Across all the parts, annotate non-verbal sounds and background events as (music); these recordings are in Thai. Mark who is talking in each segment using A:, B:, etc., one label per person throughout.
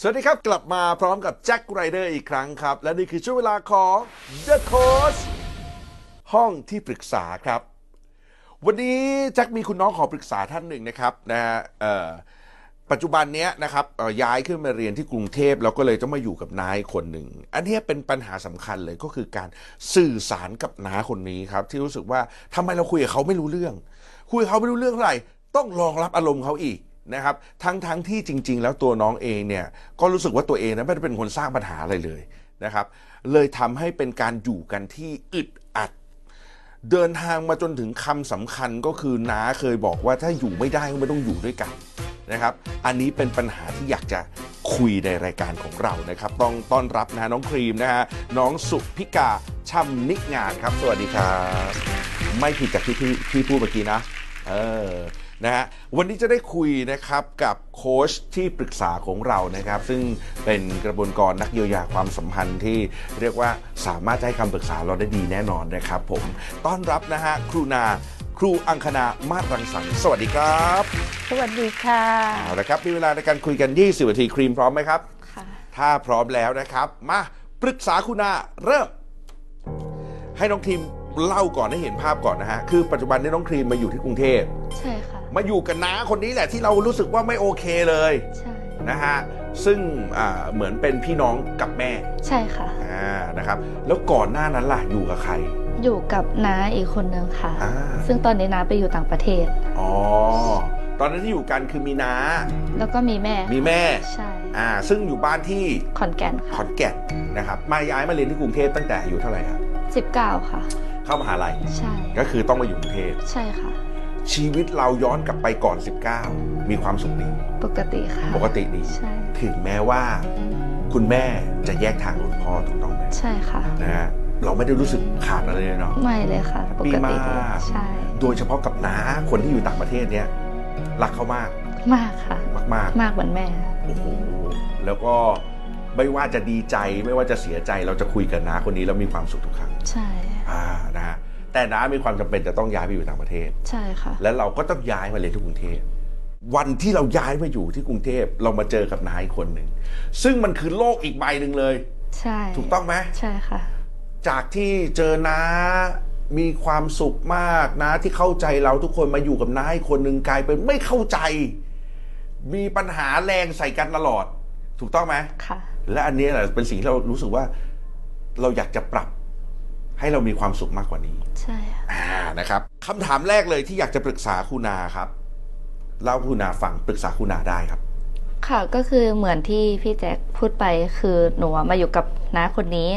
A: สวัสดีครับ กลับมาพร้อมกับแจ็คไรเดอร์อีกครั้งครับ และนี่คือช่วงเวลาของ The Coach ห้องที่ปรึกษาครับ วันนี้แจ็คมีคุณน้องขอปรึกษาท่านหนึ่งนะครับนะฮะเอ่อปัจจุบันเนี้ยนะครับเอ่อย้ายขึ้นมาเรียนที่กรุงเทพแล้วก็เลยต้องมาอยู่กับน้าอีกคนหนึ่ง อันเนี้ยเป็นปัญหาสำคัญเลยก็คือการสื่อสารกับน้าคนนี้ครับ ที่รู้สึกว่าทำไมเราคุยกับเขาไม่รู้เรื่อง คุยกับเขาไม่รู้เรื่องเท่าไหร่ต้องรองรับอารมณ์เขาอีกนะครับทั้งทั้งที่จริง ๆ แล้วตัวน้องเองเนี่ยก็รู้สึกว่าตัวเองนั้นไม่ได้เป็นคนสร้างปัญหาอะไรเลยนะครับ เลยทำให้เป็นการอยู่กันที่อึดอัด เดินทางมาจนถึงคำสำคัญก็คือน้าเคยบอกว่าถ้าอยู่ไม่ได้ก็ไม่ต้องอยู่ด้วยกันนะครับ อันนี้เป็นปัญหาที่อยากจะคุยในรายการของเรานะครับ ต้องต้อนรับนะน้องครีมนะฮะน้องสุพิกาช่ำนิงานครับ สวัสดีครับ ไม่ผิดจากที่พี่ที่พูดเมื่อกี้นะ เออ นะฮะ วันนี้จะได้คุยนะครับกับโค้ชที่ปรึกษาของเรานะครับ ซึ่งเป็นกระบวนกรนักเยียวยาความสัมพันธ์ที่เรียกว่าสามารถจะให้คำปรึกษาเราได้ดีแน่นอนนะครับผม ต้อนรับนะฮะครูนา ครูอังคณามาศรังสรรค์ สวัสดีครับ
B: สวัสดีค่ะ
A: เอาละครับ มีเวลาในการคุยกัน 20นาทีครีมพร้อมไหมครับ
B: ค่ะ
A: ถ้าพร้อมแล้วนะครับ มาปรึกษาคุณอาเริ่ม ให้น้องครีมเล่าก่อนให้เห็นภาพก่อนนะฮะ คือปัจจุบันนี้น้องครีมมาอยู่ที่กรุงเทพ
B: ใช่ค่ะ
A: มาอยู่กับน้าคนนี้แหละที่เรารู้สึกว่าไม่โอเคเลย
B: ใช่
A: นะฮะ ซึ่งอ่าเหมือนเป็นพี่น้องกับแม่
B: ใช่ค่ะ
A: อ่านะครับ แล้วก่อนหน้านั้นล่ะอยู่กับใคร
B: อยู่กับน้าอีกคนนึงค่ะ
A: อ่า
B: ซึ่งตอนนี้น้าไปอยู่ต่างประเทศ
A: อ๋อ ตอนนั้นที่อยู่กันคือมีน้า
B: แล้วก็มีแม่
A: มีแม่
B: ใช่
A: อ่าซึ่งอยู่บ้านที่
B: ขอนแก่น
A: ข
B: ค่ะ
A: อนแก่นนะครับ มาย้ายมาเรียนที่กรุงเทพตั้งแต่อายู่เท่าไหร่ครับ
B: 19 ค่ะ
A: เข้ามหาลัย
B: ใช่
A: ก็คือต้องมาอยู่กรุงเทพ
B: ใช่ค่ะ
A: ชีวิตเราย้อนกลับไปก่อน 19 มีความสุขดี
B: ปกติค่ะ
A: ปกติดี
B: ใช่
A: ถึงแม้ว่า คุณแม่จะแยกทางกับคุณพ่อถูกต้องไหม
B: ใช่ค่ะ
A: นะฮะเราไม่ได้รู้สึกขาดอะไรเลยเนาะ
B: ไม่เลยค่ะ ปกติ
A: ดี
B: ดี
A: มาก
B: ใช่
A: โดยเฉพาะกับน้าคนที่อยู่ต่างประเทศเนี่ยรักเขามาก
B: มากค่ะ
A: มาก
B: มากเหมือนแม่
A: ๆโอ้โหแล้วก็ไม่ว่าจะดีใจไม่ว่าจะเสียใจเราจะคุยกับน้าคนนี้แล้วมีความสุขทุกครั้ง
B: ใช่
A: อ่านะฮะแต่น้ามีความจำเป็นจะต้องย้ายไปอยู่ต่างประเทศ
B: ใช่ค่ะ
A: แล้วเราก็ต้องย้ายมาเรียนที่กรุงเทพ วันที่เราย้ายมาอยู่ที่กรุงเทพเรามาเจอกับนายคนหนึ่ง ซึ่งมันคือโลกอีกใบหนึ่งเลย
B: ใช่
A: ถูกต้องไหม
B: ใช่ค่ะ
A: จากที่เจอน้ามีความสุขมากนะที่เข้าใจเราทุกคนมาอยู่กับน้าอีกคนหนึ่งกลายเป็นไม่เข้าใจ มีปัญหาแรงใส่กันตลอด ถูกต้องไหม
B: ค่ะ
A: และอันนี้แหละเป็นสิ่งที่เรารู้สึกว่าเราอยากจะปรับ ให้เรามีความสุขมากกว่านี้
B: ใช่ค่ะ
A: อ่านะครับคำถามแรกเลยที่อยากจะปรึกษาคุณนาครับเล่าคุณนาฟังปรึกษาคุณนาได้ครับ
B: ค่ะก็คือเหมือนที่พี่แจ็คพูดไปคือหนูอะมาอยู่กับน้าคนนี้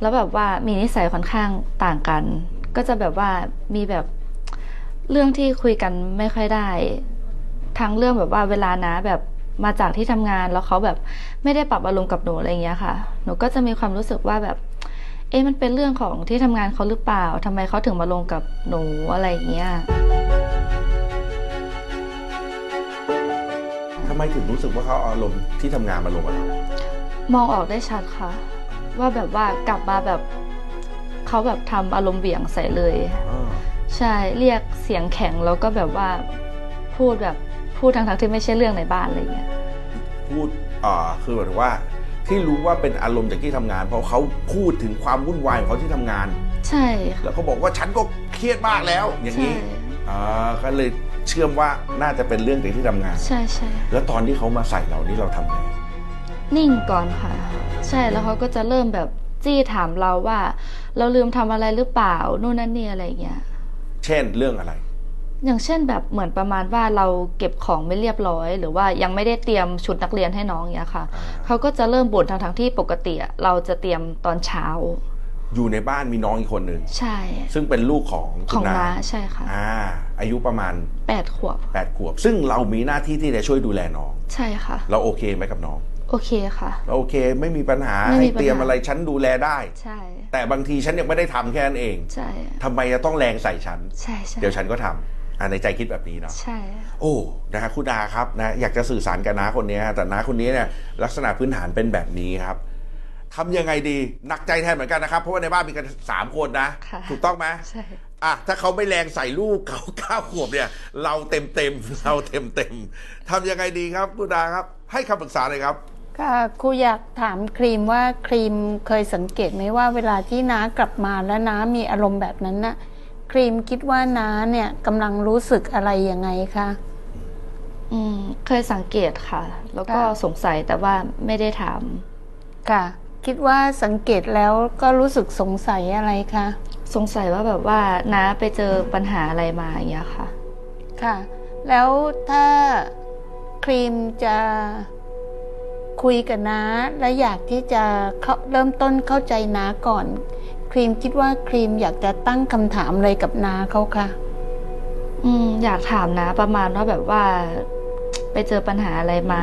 B: แล้วแบบว่ามีนิสัยค่อนข้างต่างกัน ก็จะแบบว่ามีแบบเรื่องที่คุยกันไม่ค่อยได้ ทั้งเรื่องแบบว่าเวลานะแบบมาจากที่ทำงานแล้วเขาแบบไม่ได้ปรับอารมณ์กับหนูอะไรอย่างเงี้ยค่ะ หนูก็จะมีความรู้สึกว่าแบบ เอ๊ะมันเป็นเรื่องของที่ทำงานเขาหรือเปล่าทำไมเขาถึงมาลงกับหนูอะไรอย่างเงี้ย
A: ทำไมถึงรู้สึกว่าเขาเอาอารมณ์ที่ทำงานมาลงกับเรา
B: มองออกได้ชัดค่ะ ว่าแบบว่ากลับมาแบบเขาแบบทำอารมณ์เหวี่ยงใส่เลย
A: อ่า
B: ใช่เรียกเสียงแข็งแล้วก็แบบว่าพูดแบบพูดทั้งๆที่ไม่ใช่เรื่องในบ้านอะไรอย่างเงี้ย
A: พูดอ่าคือเหมือนว่า ที่รู้ว่าเป็นอารมณ์จากที่ทำงาน เพราะเขาพูดถึงความวุ่นวายของเขาที่ทำงาน
B: ใช่ค่ะ
A: แล้วเขาบอกว่าฉันก็เครียดมากแล้ว อย่าง
B: ใช่
A: นี้อ่าก็เลยเชื่อมว่าน่าจะเป็นเรื่องจากที่ทำงาน
B: ใช่ใช่
A: แล้วตอนที่เขามาใส่เรานี่เราทำไง
B: นิ่งก่อนค่ะ ใช่แล้วเขาก็จะเริ่มแบบจี้ถามเราว่า เราลืมทำอะไรหรือเปล่านู่นนั่นนี่อะไรอย่างเงี้ย
A: เช่นเรื่องอะไร
B: อย่างเช่นแบบเหมือนประมาณว่าเราเก็บของไม่เรียบร้อย หรือว่ายังไม่ได้เตรียมชุดนักเรียนให้น้องอย่างเงี้ยค่ะ เขาก็จะเริ่มบ่นทั้งทที่ปกติอะเราจะเตรียมตอนเช้า
A: อยู่ในบ้านมีน้องอีกคนหนึ่ง
B: ใช่
A: ซึ่งเป็นลูกของ
B: ข
A: คุ
B: อง
A: ณนา
B: น้าใช่ค่ะ
A: อ่าอายุประมาณ
B: แปดขวบ
A: 8ขวบ ซึ่งเรามีหน้าที่ที่จะช่วยดูแลน้อง
B: ใช่ค่ะ
A: เราโอเคไหมกับน้อง
B: โอเคค่ะ
A: เราโอเคไม่มีปัญหา
B: ไม่มี
A: ให้
B: ปัญหา
A: เตรียมอะไรฉันดูแลได้
B: ใช่
A: แต่บางทีฉันยังไม่ได้ทำแค่นั้นเอง
B: ใช่
A: ทำไมจะต้องแรงใส่ฉัน
B: ใช่ใช่
A: เดี๋ยวฉันก็ทำอ่าในใจคิดแบบนี้เนาะ
B: ใช่
A: โอ้นะฮะคุณอาครับนะอยากจะสื่อสารกับน้าคนนี้ฮะแต่น้าคนนี้เนี่ยลักษณะพื้นฐานเป็นแบบนี้ครับทำยังไงดีหนักใจแทนเหมือนกันนะครับเพราะว่าในบ้านมีกันสามคนนะ
B: ค่ะ
A: ถูกต้องไหม
B: ใช่
A: อ่ะถ้าเขาไม่แรงใส่ลูกเขา (laughs) เก้าขวบเนี่ย เราเต็มเต็มๆเราเต็มเต็มๆทำยังไงดีครับคุณดาครับ ให้คำปรึกษาเลยครับ
C: ค่ะครูอยากถามครีมว่าครีมเคยสังเกตไหมว่าเวลาที่น้ากลับมาแล้วน้ามีอารมณ์แบบนั้นนะครีมคิดว่าน้าเนี่ยกำลังรู้สึกอะไรยังไงคะ
B: อืมเคยสังเกตค่ะ แล้วก็
C: ค่ะ
B: สงสัยแต่ว่าไม่ได้ถาม
C: ค่ะ คิดว่าสังเกตแล้วก็รู้สึกสงสัยอะไรคะ
B: สงสัยว่าแบบว่าน้าไปเจอปัญหาอะไรมาอย่างเงี้ยค่ะ
C: ค่ะ แล้วถ้าครีมจะคุยกับน้าและอยากที่จะเข้าเริ่มต้นเข้าใจน้าก่อน ครีมคิดว่าครีมอยากจะตั้งคำถามอะไรกับน้าเขาคะ
B: อืมอยากถามนะประมาณว่าแบบว่า ไปเจอปัญหาอะไรมา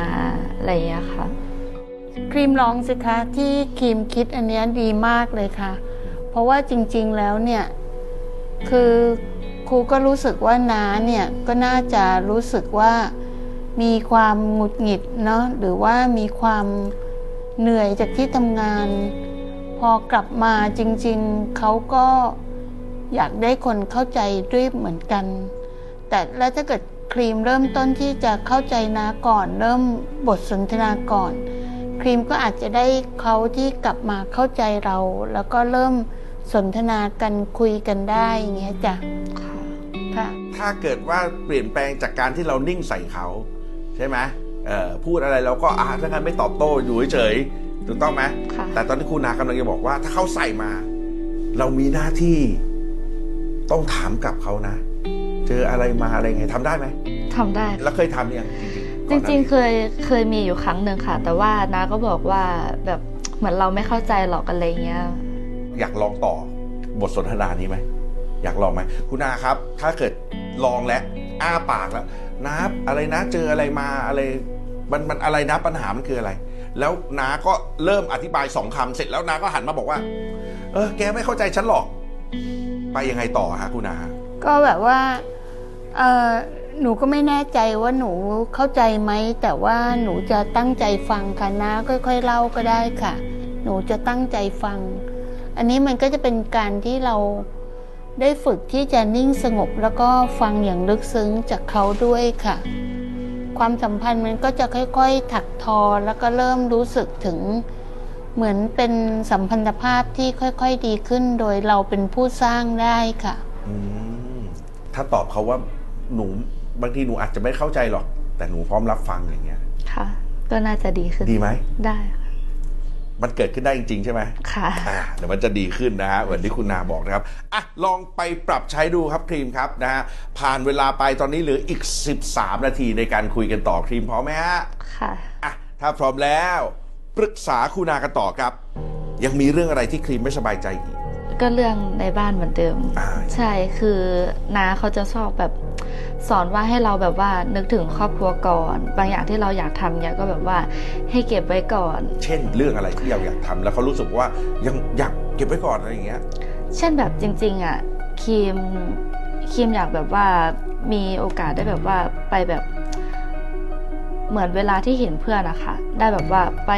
B: อะไรอย่างเงี้ยค่ะ
C: ครีมลองสิคะที่ครีมคิดอันเนี้ยดีมากเลยค่ะ เพราะว่าจริงๆแล้วเนี่ย คือครูก็รู้สึกว่าน้าเนี่ยก็น่าจะรู้สึกว่ามีความหงุดหงิดเนาะหรือว่ามีความเหนื่อยจากที่ทำงาน พอกลับมาจริงๆเขาก็อยากได้คนเข้าใจด้วยเหมือนกัน แต่แล้วถ้าเกิดครีมเริ่มต้นที่จะเข้าใจนาก่อน เริ่มบทสนทนาก่อน ครีมก็อาจจะได้เขาที่กลับมาเข้าใจเรา แล้วก็เริ่มสนทนากันคุยกันได้อย่างเงี้ยจ้ะ
B: ค่ะ
C: ค่ะ
A: ถ้าเกิดว่าเปลี่ยนแปลงจากการที่เรานิ่งใส่เขา ใช่ไหมเออพูดอะไรเราก็อ่าถ้างั้นไม่ตอบโต้อยู่เฉยๆถูกต้องไหม
B: ค่ะ
A: แต่ตอนที่คุณนากำลังจะบอกว่า ถ้าเขาใส่มา เรามีหน้าที่ต้องถามกลับเขานะ เจออะไรมาอะไรไงทำได้ไหม
B: ทำได้
A: แล้วเคยทำยังจริงๆก่อน
B: จ
A: หน้า
B: ริง
A: นี้
B: ๆเคยเคยมีอยู่ครั้งหนึ่งค่ะ แต่ว่าน้าก็บอกว่าแบบเหมือนเราไม่เข้าใจหรอกอะไรเงี้ย
A: อยากลองต่อบทสนทนานี้ไหมอยากลองไหมคุณนาครับ ถ้าเกิดลองแล้วอ้าปากแล้วนาอะไรนะเจออะไรมาอะไรมันมันอะไรนะปัญหามันคืออะไร แล้วนาก็เริ่มอธิบายสองคำเสร็จแล้วนาก็หันมาบอกว่า เออแกไม่เข้าใจฉันหรอก ไปยังไงต่อฮะคุณนา
C: ก็แบบว่าเออหนูก็ไม่แน่ใจว่าหนูเข้าใจไหม แต่ว่าหนูจะตั้งใจฟังค่ะนะค่อยๆเล่าก็ได้ค่ะ หนูจะตั้งใจฟัง อันนี้มันก็จะเป็นการที่เราได้ฝึกที่จะนิ่งสงบ แล้วก็ฟังอย่างลึกซึ้งจากเขาด้วยค่ะ ความสัมพันธ์มันก็จะค่อยๆ ถักทอแล้วก็เริ่มรู้สึกถึงเหมือนเป็นสัมพันธภาพที่ค่อยๆดีขึ้น โดยเราเป็นผู้สร้างได้ค่ะ
A: อืมถ้าตอบเขาว่าหนูบางทีหนูอาจจะไม่เข้าใจหรอก แต่หนูพร้อมรับฟังอย่างเงี้ย
B: ค่ะ ก็น่าจะดีขึ้น
A: ดีไหม
B: ได้
A: มันเกิดขึ้นได้จริง ๆ ใช่ไหม
B: ค่ะ
A: อ่าเดี๋ยวมันจะดีขึ้นนะฮะเหมือนที่คุณนาบอกนะครับอ่ะลองไปปรับใช้ดูครับครีมครับนะฮะผ่านเวลาไปตอนนี้เหลืออีก 13 นาทีในการคุยกันต่อครีมพร้อมไหมฮะ
B: ค่ะ
A: อ่ะถ้าพร้อมแล้วปรึกษาคุณนากันต่อครับ ยังมีเรื่องอะไรที่ครีมไม่สบายใจอีก
B: ก็เรื่องในบ้านเหมือนเดิม
A: อ่า
B: ใช่คือน้าเขาจะชอบแบบสอนว่าให้เราแบบว่านึกถึงครอบครัวก่อน บางอย่างที่เราอยากทำเนี่ยก็แบบว่าให้เก็บไว้ก่อน
A: เช่น เรื่องอะไรที่เราอยากทำแล้วเขารู้สึกว่ายังอยากเก็บไว้ก่อนอะไรอย่างเงี้ย
B: เช่นแบบจริงๆอ่ะครีมครีมอยากแบบว่ามีโอกาสได้แบบว่าไปแบบ เหมือนเวลาที่เห็นเพื่อนอะคะได้แบบว่าไป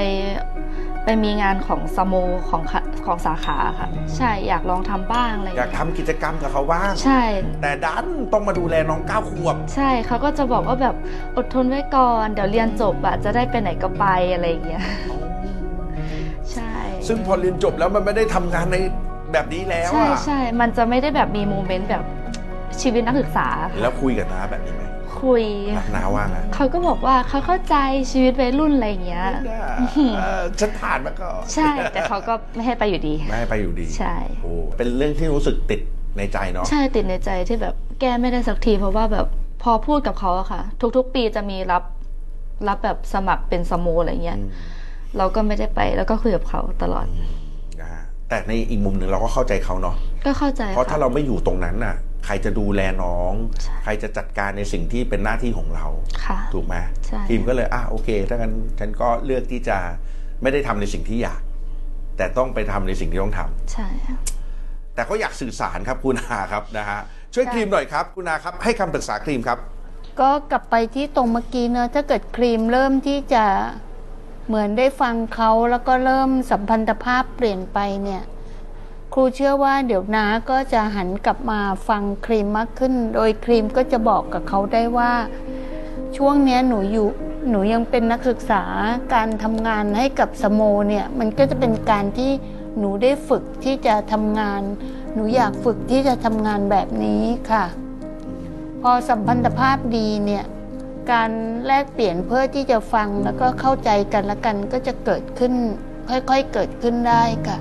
B: ไปมีงานของสโมของค่ะของสาขาค่ะ ใช่อยากลองทำบ้างอะไร
A: อ
B: อ
A: ยาก
B: ย่างเงี้ย
A: ทำกิจกรรมกับเขาบ้าง
B: ใช่
A: แต่ดันต้องมาดูแลน้องเก้าขวบ
B: ใช่เขาก็จะบอกว่าแบบอดทนไว้ก่อน เดี๋ยวเรียนจบอะจะได้ไปไหนก็ไปอะไรอย่างเงี้ย (laughs) ใช่
A: ซึ่งพอเรียนจบแล้วมันไม่ได้ทำงานในแบบนี้แล้ว
B: ใช่
A: อะ
B: ใช่มันจะไม่ได้แบบมีโมเมนต์แบบชีวิตนักศึกษา
A: แล้วคุยกับน้าแบบนี้ไหม
B: คุย
A: น้าว่าไง
B: เขาก็บอกว่าเขาเข้าใจชีวิตวัยรุ่นอะไรอย่างเงี้ย
A: เออฉันผ่านมาก่อน
B: ใช่ แต่เขาก็ไม่ให้ไปอยู่ดี
A: ไม่ให้ไปอยู่ดี
B: ใช่
A: โอ้เป็นเรื่องที่รู้สึกติดในใจเนาะ
B: ใช่ติดในใจที่แบบแก้ไม่ได้สักที เพราะว่าแบบพอพูดกับเขาอะค่ะ ทุกๆ ปีจะมีรับรับแบบสมัครเป็นสโมอะไรเงี้ย
A: อืม
B: เราก็ไม่ได้ไปแล้วก็คุยกับเขาตลอด
A: นะฮะแต่ในอีกมุมหนึ่งเราก็เข้าใจเขาเนาะ
B: ก็เข้าใจ
A: เพราะถ้า
B: ค่ะ
A: เราไม่อยู่ตรงนั้นน่ะ ใครจะดูแลน้อง
B: ใช่
A: ใครจะจัดการในสิ่งที่เป็นหน้าที่ของเรา
B: ค่ะ
A: ถูกไหม
B: ใช่
A: ทีมก็เลยอ่ะโอเคถ้างั้นฉันก็เลือกที่จะไม่ได้ทำในสิ่งที่อยาก แต่ต้องไปทำในสิ่งที่ต้องทำ
B: ใช่
A: แต่ก็อยากสื่อสารครับคุณอาครับนะฮะช่วย
C: ใช่
A: ครีมหน่อยครับคุณอาครับให้คำปรึกษาครีมครับ
C: ก็กลับไปที่ตรงเมื่อกี้เนอะถ้าเกิดครีมเริ่มที่จะเหมือนได้ฟังเขาแล้วก็เริ่มสัมพันธภาพเปลี่ยนไปเนี่ย ครูเชื่อว่าเดี๋ยวน้าก็จะหันกลับมาฟังครีมมากขึ้น โดยครีมก็จะบอกกับเขาได้ว่า ช่วงเนี้ยหนูอยู่ หนูยังเป็นนักศึกษาการทำงานให้กับสโมเนี่ย มันก็จะเป็นการที่หนูได้ฝึกที่จะทำงาน หนูอยากฝึกที่จะทำงานแบบนี้ค่ะ พอสัมพันธภาพดีเนี่ย การแลกเปลี่ยนเพื่อที่จะฟังแล้วก็เข้าใจกันและกันก็จะเกิดขึ้น ค่อยๆเกิดขึ้นได้ค่ะ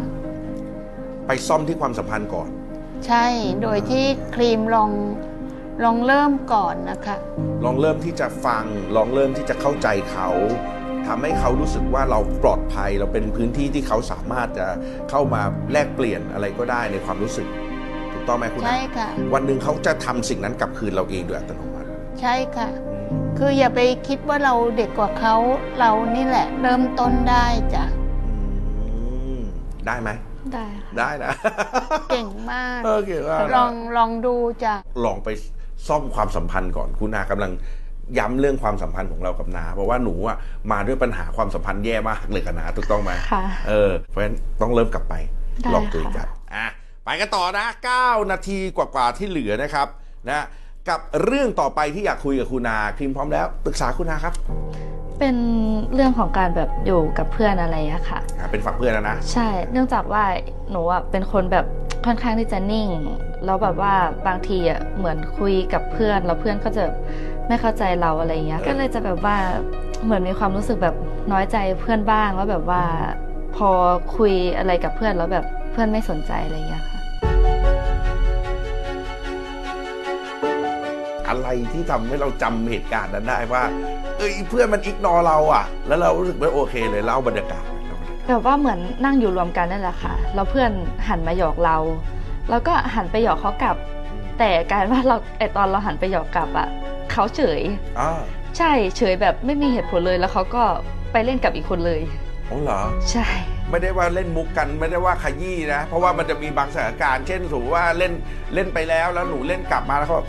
A: ไปซ่อมที่ความสัมพันธ์ก่อน
C: ใช่โดยที่ครีมลองลองเริ่มก่อนนะคะ
A: ลองเริ่มที่จะฟัง ลองเริ่มที่จะเข้าใจเขาทำให้เขารู้สึกว่าเราปลอดภัย เราเป็นพื้นที่ที่เขาสามารถจะเข้ามาแลกเปลี่ยนอะไรก็ได้ในความรู้สึก ถูกต้องไหมคุณนะ
C: ใช่ค่ะ
A: วันหนึ่งเขาจะทำสิ่งนั้นกลับคืนเราเองโดยอัตโนมัติ
C: ใช่ค่ะ คืออย่าไปคิดว่าเราเด็กกว่าเขาเรานี่แหละ เริ่มต้นได้จ้ะ
A: อืมได้ไหม
B: ได้ค่ะ
A: ได้นะ
C: เก่งมาก
A: เออเก่งมากนะ
C: ลองลองดูจ้ะ
A: ลองไปซ่อมความสัมพันธ์ก่อนคุณอากำลังย้ำเรื่องความสัมพันธ์ของเรากับนาเพราะว่าหนูอะมาด้วยปัญหาความสัมพันธ์แย่มากเลยกับนาถูกต้องไหม
B: ค่ะ
A: เออเพราะฉะนั้นต้องเริ่มกลับไป
B: ได้
A: ลองคุยกัน
B: ค่ะ
A: อ่ะไปกันต่อนะ 9 นาทีกว่าๆที่เหลือนะครับนะกับเรื่องต่อไปที่อยากคุยกับคุณอาพิมพร้อมแล้วปรึกษาคุณอาครับ
B: เป็นเรื่องของการแบบอยู่กับเพื่อนอะไรอะค่ะ
A: อ่ะเป็นฝั่งเพื่อนแล้วนะ
B: ใช่ เนื่องจากว่าหนูอะเป็นคนแบบค่อนข้างที่จะนิ่ง แล้วแบบว่าบางทีอะเหมือนคุยกับเพื่อน แล้วเพื่อนก็จะไม่เข้าใจเราอะไรอย่างเงี้ย
A: เออ
B: ก็เลยจะแบบว่าเหมือนมีความรู้สึกแบบน้อยใจเพื่อนบ้างว่าแบบว่า พอคุยอะไรกับเพื่อนแล้วแบบเพื่อนไม่สนใจอะไรอย่างเงี้ยค่ะ
A: อะไรที่ทำให้เราจำเหตุการณ์นั้นได้ว่า เอ้ยเพื่อนมันอิกนอเราอ่ะ แล้วเรารู้สึกไม่โอเคเลยเล่าบรรยากาศหน่อยเล่าบรรยากาศ
B: แบบว่าเหมือนนั่งอยู่รวมกันนั่นแหละค่ะ แล้วเพื่อนหันมาหยอกเรา แล้วก็หันไปหยอกเขากลับ แต่กลารว่าเราไอตอนเราหันไปหยอกกลับอะเขาเฉย
A: อ่า
B: ใช่เฉยแบบไม่มีเหตุผลเลยแล้วเขาก็ไปเล่นกับอีกคนเลย
A: โอ้เหรอ
B: ใช่
A: ไม่ได้ว่าเล่นมุกกันไม่ได้ว่าขยี้นะ เพราะว่ามันจะมีบางสถานการณ์ เช่นสมมติว่าเล่นเล่นไปแล้วแล้วหนูเล่นกลับมาแล้วเขาแบบ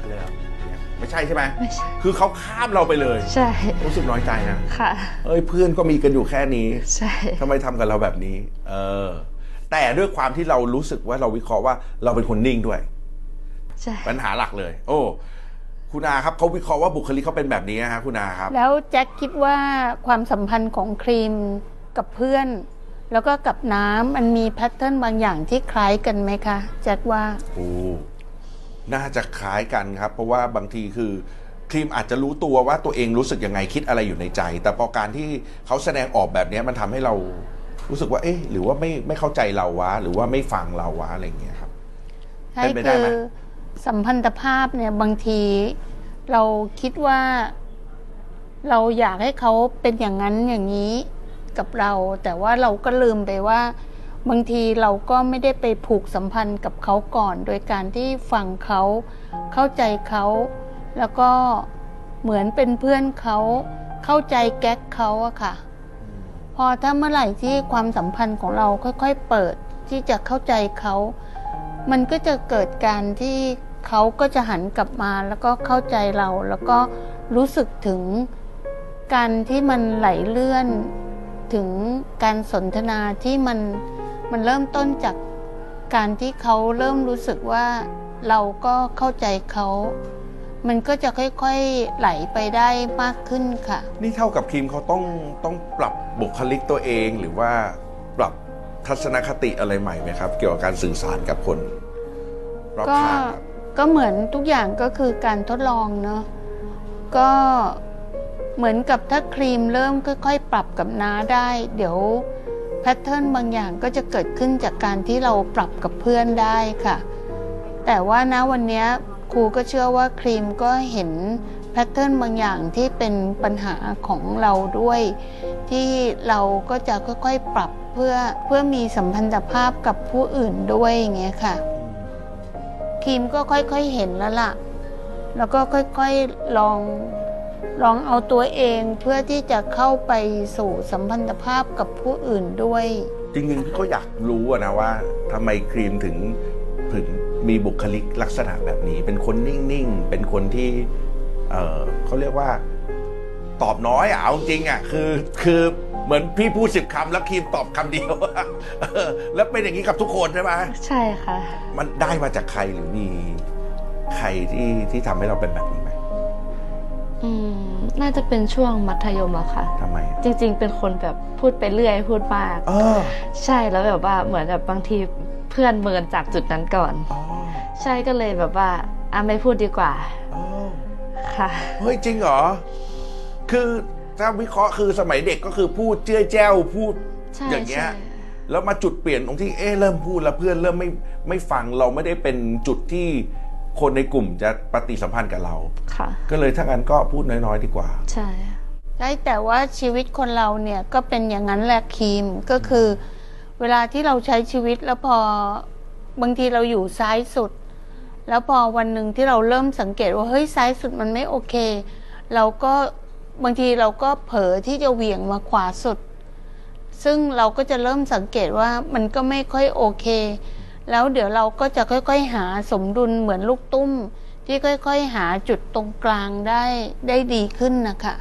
A: อะไรเหรอเนี่ยไม่ใช่ใช่ไหม
B: ไม่ใช่
A: คือเขาข้ามเราไปเลย
B: ใช่
A: รู้สึกน้อยใจนะ
B: ค่ะ
A: เอ้ยเพื่อนก็มีกันอยู่แค่นี้
B: ใช่
A: ทำไมทำกับเราแบบนี้ เออ แต่ด้วยความที่เรารู้สึกว่าเราวิเคราะห์ว่าเราเป็นคนนิ่งด้วย
B: ใช่
A: ปัญหาหลักเลย โอ้ คุณอาครับเขาวิเคราะห์ว่าบุคลิกเขาเป็นแบบนี้นะฮะคุณอาครับ
C: แล้วแจ็คคิดว่าความสัมพันธ์ของครีมกับเพื่อน แล้วก็กับน้ำมันมีแพทเทิร์นบางอย่างที่คล้ายกันไหมคะแจ็คว่า
A: โอ้น่าจะคล้ายกันครับ เพราะว่าบางทีคือครีมอาจจะรู้ตัวว่าตัวเองรู้สึกยังไงคิดอะไรอยู่ในใจ แต่พอการที่เขาแสดงออกแบบเนี้ยมันทำให้เรารู้สึกว่า เอ๊ะ หรือว่าไม่ไม่เข้าใจเราวะ หรือว่าไม่ฟังเราวะอะไรอย่างเงี้ยครับ
C: ใช่
A: เป็นไปได้
C: คือ
A: ไหม
C: สัมพันธภาพเนี่ยบางทีเราคิดว่า เราอยากให้เขาเป็นอย่างนั้นอย่างนี้กับเรา แต่ว่าเราก็ลืมไปว่า บางทีเราก็ไม่ได้ไปผูกสัมพันธ์กับเขาก่อน โดยการที่ฟังเขาเข้าใจเขา แล้วก็เหมือนเป็นเพื่อนเขาเข้าใจแก๊กเขาอะค่ะ พอถ้าเมื่อไหร่ที่ความสัมพันธ์ของเราค่อย ๆ เปิดที่จะเข้าใจเขา มันก็จะเกิดการที่เขาก็จะหันกลับมาแล้วก็เข้าใจเรา แล้วก็รู้สึกถึงการที่มันไหลเลื่อน ถึงการสนทนาที่มันมันเริ่มต้นจากการที่เขาเริ่มรู้สึกว่าเราก็เข้าใจเขา มันก็จะค่อยๆไหลไปได้มากขึ้นค่ะ
A: นี่เท่ากับครีมเขาต้องต้องปรับบุคลิกตัวเอง หรือว่าปรับทัศนคติอะไรใหม่ไหมครับ เกี่ยวกับการสื่อสารกับคนรอบ
C: ก็
A: ข้างครับ
C: ก็เหมือนทุกอย่างก็คือการทดลองเนอะก็เหมือนกับถ้าครีมเริ่มค่อยๆ ปรับกับน้าได้ เดี๋ยวแพทเทิร์นบางอย่างก็จะเกิดขึ้นจากการที่เราปรับกับเพื่อนได้ค่ะ แต่ว่านะวันเนี้ยครูก็เชื่อว่าครีมก็เห็นแพทเทิร์นบางอย่างที่เป็นปัญหาของเราด้วย ที่เราก็จะค่อยๆ ปรับเพื่อเพื่อมีสัมพันธภาพกับผู้อื่นด้วยอย่างเงี้ยค่ะ ครีมก็ค่อยๆเห็นแล้วล่ะ แล้วก็ค่อยๆลองลองเอาตัวเองเพื่อที่จะเข้าไปสู่สัมพันธภาพกับผู้อื่นด้วย
A: จริงๆพี่ก็อยากรู้อะนะว่าทำไมครีมถึงถึงมีบุคลิกลักษณะแบบนี้ เป็นคนนิ่งๆ เป็นคนที่ เออเขาเรียกว่า ตอบน้อยอะเอาจริงอะคือ คือเหมือนพี่พูดสิบคำแล้วครีมตอบคำเดียวอะ (laughs) เออแล้วเป็นอย่างนี้กับทุกคนใช่ไหม
B: ใช่ค่ะ
A: มันได้มาจากใครหรือมีใครที่ที่ทำให้เราเป็นแบบนี้ไหม
B: อืมน่าจะเป็นช่วงมัธยมอะค่ะ
A: ทำไมอะ
B: จริง ๆ เป็นคนแบบพูดไปเรื่อยพูดมาก
A: เออ
B: ใช่แล้วแบบว่าเหมือนแบบบางทีเพื่อนเมินจากจุดนั้นก่อน
A: อ๋อ
B: ใช่ก็เลยแบบว่าอ่ะไม่พูดดีกว่า
A: อ๋อ
B: ค่ะ
A: เฮ้ยจริงเหรอ คือถ้าวิเคราะห์คือสมัยเด็กก็คือพูดเจื้อแจ้วพูด
B: ใช่
A: อย่างเงี้ย
B: ใช่
A: แล้วมาจุดเปลี่ยนตรงที่เอ๊ะเริ่มพูดแล้วเพื่อนเริ่มไม่ไม่ฟังเราไม่ได้เป็นจุดที่คนในกลุ่มจะปฏิสัมพันธ์กับเรา
B: ค่ะ
A: ก็เลยถ้างั้นก็พูดน้อยๆดีกว่า
B: ใช่
C: ใช่แต่ว่าชีวิตคนเราเนี่ยก็เป็นอย่างนั้นแหละครีมก็คือ เวลาที่เราใช้ชีวิตแล้วพอบางทีเราอยู่ซ้ายสุด แล้วพอวันหนึ่งที่เราเริ่มสังเกตว่าเฮ้ยซ้ายสุดมันไม่โอเค เราก็บางทีเราก็เผลอที่จะเหวี่ยงมาขวาสุด ซึ่งเราก็จะเริ่มสังเกตว่ามันก็ไม่ค่อยโอเค แล้วเดี๋ยวเราก็จะค่อยๆหาสมดุลเหมือนลูกตุ้ม ที่ค่อยๆหาจุดตรงกลางได้ได้ดีขึ้นนะคะ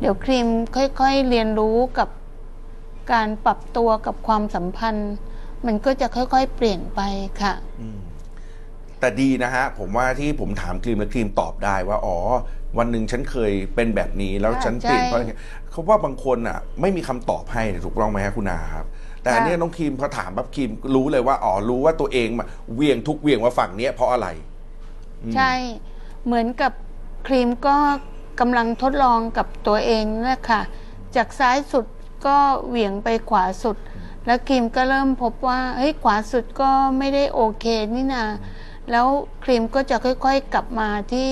C: เดี๋ยวครีมค่อยๆเรียนรู้กับการปรับตัวกับความสัมพันธ์ มันก็จะค่อยๆเปลี่ยนไปค่ะ
A: แต่ดีนะฮะ ผมว่าที่ผมถามครีมและครีมตอบได้ว่า อ๋อ วันหนึ่งฉันเคยเป็นแบบนี้แล้ว
C: อ่า
A: ฉันเปลี่ยนเพ
C: ใช่
A: ราะอย่างเงี้ยเขาว่าบางคนอ่ะ ไม่มีคำตอบให้ถูกต้องไหมฮะคุณอาครับ แต่อันเนี้ย
C: ค่ะ
A: น้องครีมพอถามปั๊บครีมรู้เลยว่าอ๋อรู้ว่าตัวเองมาเหวียงทุกเหวียงว่าฝั่งเนี้ยเพราะอะไร
C: ใช่เหมือนกับครีมก็กำลังทดลองกับตัวเองนั่นแหละค่ะ จากซ้ายสุดก็เหวี่ยงไปขวาสุด แล้วครีมก็เริ่มพบว่าเฮ้ยขวาสุดก็ไม่ได้โอเคนี่นา แล้วครีมก็จะค่อยๆกลับมาที่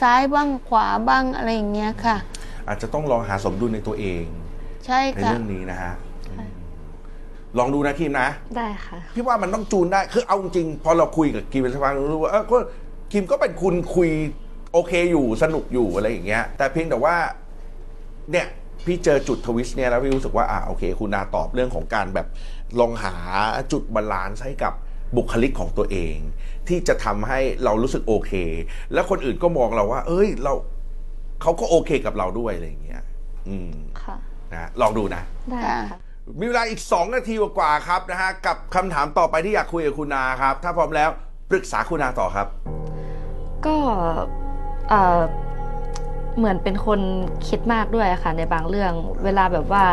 C: ซ้ายบ้างขวาบ้างอะไรอย่างเงี้ยค่ะ
A: อาจจะต้องลองหาสมดุลในตัวเอง
C: ใช่
A: ใน
C: ค่ะ
A: เรื่องนี้นะฮะอืมลองดูนะครีมนะ
B: ได้ค่ะ
A: พี่ว่ามันต้องจูนได้ คือเอาจริงพอเราคุยกับคิมเป็นสภารู้ว่าเออก็คิมก็เป็นคุณคุยโอเคอยู่สนุกอยู่อะไรอย่างเงี้ย แต่เพียงแต่ว่า เนี่ย พี่เจอจุดทวิสต์เนี่ยแล้วพี่รู้สึกว่าอ่าโอเค คุณนาตอบเรื่องของการแบบลองหาจุดบาลานซ์ให้กับบุคลิกของตัวเอง ที่จะทำให้เรารู้สึกโอเค แล้วคนอื่นก็มองเราว่า เอ้ย เราเขาก็โอเคกับเราด้วยอะไรอย่างเงี้ย อืม
B: ค่ะ
A: นะลองดูนะ
B: ได้ค่ะ
A: มีเวลาอีก 2 นาทีกว่าๆครับนะฮะ กับคำถามต่อไปที่อยากคุยกับคุณนาครับ ถ้าพร้อมแล้วปรึกษาคุณนาต่อครับ
B: ก็เอ่อเหมือนเป็นคนคิดมากด้วยค่ะ ในบางเรื่อง เวลาแบบว่า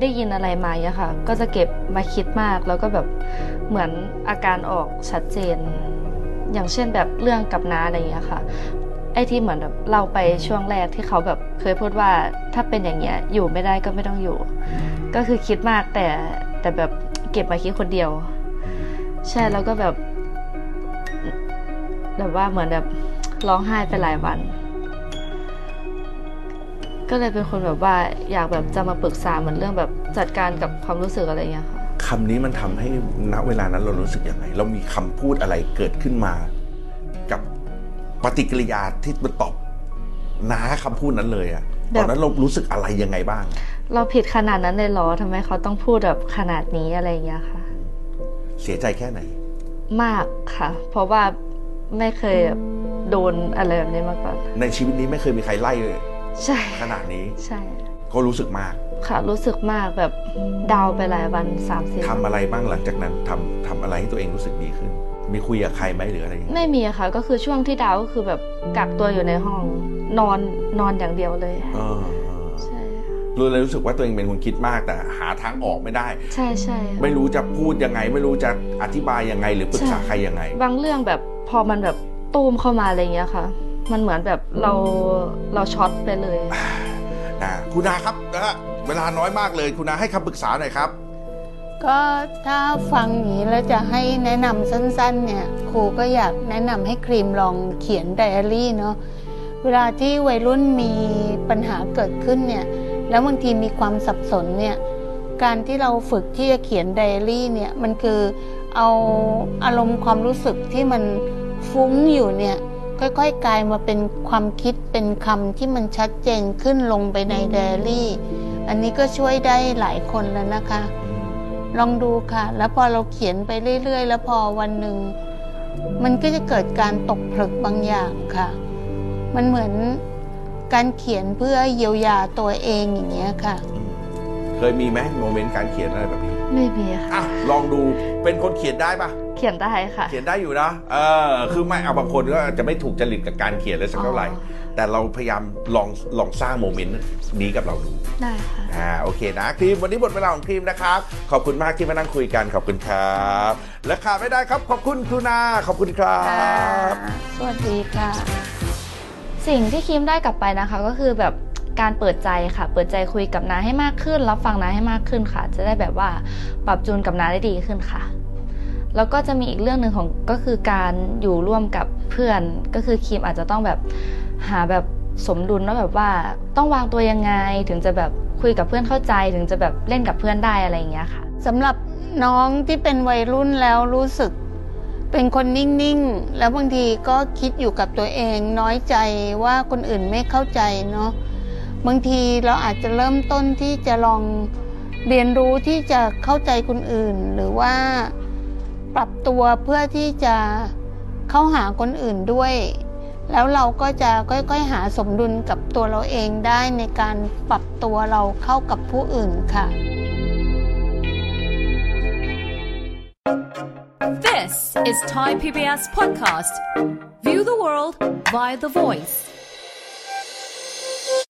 B: ได้ยินอะไรมาเนี่ยค่ะ ก็จะเก็บมาคิดมาก แล้วก็แบบเหมือนอาการออกชัดเจน อย่างเช่นแบบเรื่องกับน้าอะไรอย่างเงี้ยค่ะ ไอ้ที่เหมือนแบบเราไปช่วงแรกที่เขาแบบเคยพูดว่าถ้าเป็นอย่างเงี้ยอยู่ไม่ได้ก็ไม่ต้องอยู่ ก็คือคิดมากแต่แต่แบบเก็บมาคิดคนเดียว ใช่แล้วก็แบบ แบบว่าเหมือนแบบร้องไห้ไปหลายวัน ก็เลยเป็นคนแบบว่าอยากแบบจะมาปรึกษาเหมือนเรื่องแบบจัดการกับความรู้สึกอะไรอย่างเงี้ยค่ะ
A: คำนี้มันทำให้ณเวลานั้นเรารู้สึกยังไง เรามีคำพูดอะไรเกิดขึ้นมา กับปฏิกิริยาที่มันตอบน้าคำพูดนั้นเลยอะ
B: แบ
A: ต
B: บ
A: อนนั้นเรารู้สึกอะไรยังไงบ้าง
B: เราผิดขนาดนั้นเลยเหรอทำไมเขาต้องพูดแบบขนาดนี้อะไรอย่างเงี้ยค่ะ
A: เสียใจแค่ไหน
B: มากค่ะ เพราะว่าไม่เคยแบบโดนอะไรแบบนี้มาก่อน
A: ในชีวิตนี้ไม่เคยมีใครไล่
B: ใช่
A: ขนาดนี้
B: ใช่
A: ก็รู้สึกมาก
B: ค่ะ รู้สึกมากแบบดาวไปหลายวันสามสี่
A: ทำอะไรบ้างหลังจากนั้นทำทำอะไรให้ตัวเองรู้สึกดีขึ้น มีคุยกับใครไหมหรืออะไรอย่างเงี้ย
B: ไม่มีค่ะ ก็คือช่วงที่ดาวก็คือแบบกักตัวอยู่ในห้องนอนนอนอย่างเดียวเลย
A: เออเออ
B: ใช่
A: รู้เลยรู้สึกว่าตัวเองเป็นคนคิดมากแต่หาทางออกไม่ได้
B: ใช่ใช่ค่ะ
A: ไม่รู้จะพูดยังไง ไม่รู้จะอธิบายยังไง หรือปรึกษาใครยังไง
B: บางเรื่องแบบพอมันแบบตูมเข้ามาอะไรอย่างเงี้ยค่ะ มันเหมือนแบบเราเราช็อตไปเลย
A: นะคุณนาครับนะฮะเวลาน้อยมากเลย คุณนาให้คำปรึกษาหน่อยครับ
C: ก็ถ้าฟังอย่างนี้แล้วจะให้แนะนำสั้นๆ เนี่ยครูก็อยากแนะนำให้ครีมลองเขียนไดอารี่เนาะเวลาที่วัยรุ่นมีปัญหาเกิดขึ้นเนี่ยแล้วบางทีมีความสับสนเนี่ยการที่เราฝึกที่จะเขียนไดอารี่เนี่ยมันคือเอาอารมณ์ความรู้สึกที่มันฟุ้งอยู่เนี่ยค่อยๆกลายมาเป็นความคิดเป็นคำที่มันชัดเจนขึ้นลงไปในไดอารี่ อันนี้ก็ช่วยได้หลายคนแล้วนะคะ ลองดูค่ะ แล้วพอเราเขียนไปเรื่อย ๆ แล้วพอวันหนึ่ง มันก็จะเกิดการตกผลึกบางอย่างค่ะ มันเหมือนการเขียนเพื่อเยียวยาตัวเองอย่างเงี้ยค่ะ
A: เคยมีไหมโมเมนต์การเขียนอะไรแบบนี้
B: ไม่มีค่ะ
A: อ่ะลองดูเป็นคนเขียนได้ปะ
B: เขียนได้ค่ะ
A: เขียนได้อยู่นะเออคือไม่เอาบางคนก็อาจจะไม่ถูกจริตกับการเขียนเลยสักเท่าไหร่
B: อ๋อ
A: แต่เราพยายามลองลองสร้างโมเมนต์นี้กับเราดู
B: ได้ค่ะ
A: อ่าโอเคนะครีมวันนี้หมดเวลาของครีมนะครับ ขอบคุณมากที่มานั่งคุยกันขอบคุณครับ และขาดไม่ได้ครับขอบคุณครูนาขอบคุณครับ
C: สวัสดีค่ะ
B: สิ่งที่คิมได้กลับไปนะคะ ก็คือแบบการเปิดใจค่ะ เปิดใจคุยกับน้าให้มากขึ้น รับฟังน้าให้มากขึ้นค่ะ จะได้แบบว่าปรับจูนกับน้าได้ดีขึ้นค่ะ แล้วก็จะมีอีกเรื่องหนึ่งของก็คือการอยู่ร่วมกับเพื่อนก็คือคิมอาจจะต้องแบบหาแบบสมดุลว่าแบบว่า ต้องวางตัวยังไง ถึงจะแบบคุยกับเพื่อนเข้าใจ ถึงจะแบบเล่นกับเพื่อนได้อะไรอย่างเงี้ยค่ะ
C: สำหรับน้องที่เป็นวัยรุ่นแล้วรู้สึก เป็นคนนิ่งๆ แล้วบางทีก็คิดอยู่กับตัวเองน้อยใจว่าคนอื่นไม่เข้าใจเนาะบางทีเราอาจจะเริ่มต้นที่จะลองเรียนรู้ที่จะเข้าใจคนอื่น หรือว่าปรับตัวเพื่อที่จะเข้าหาคนอื่นด้วย แล้วเราก็จะค่อยๆหาสมดุลกับตัวเราเองได้ในการปรับตัวเราเข้ากับผู้อื่นค่ะ
D: This is Thai PBS Podcast. View the world via the voice.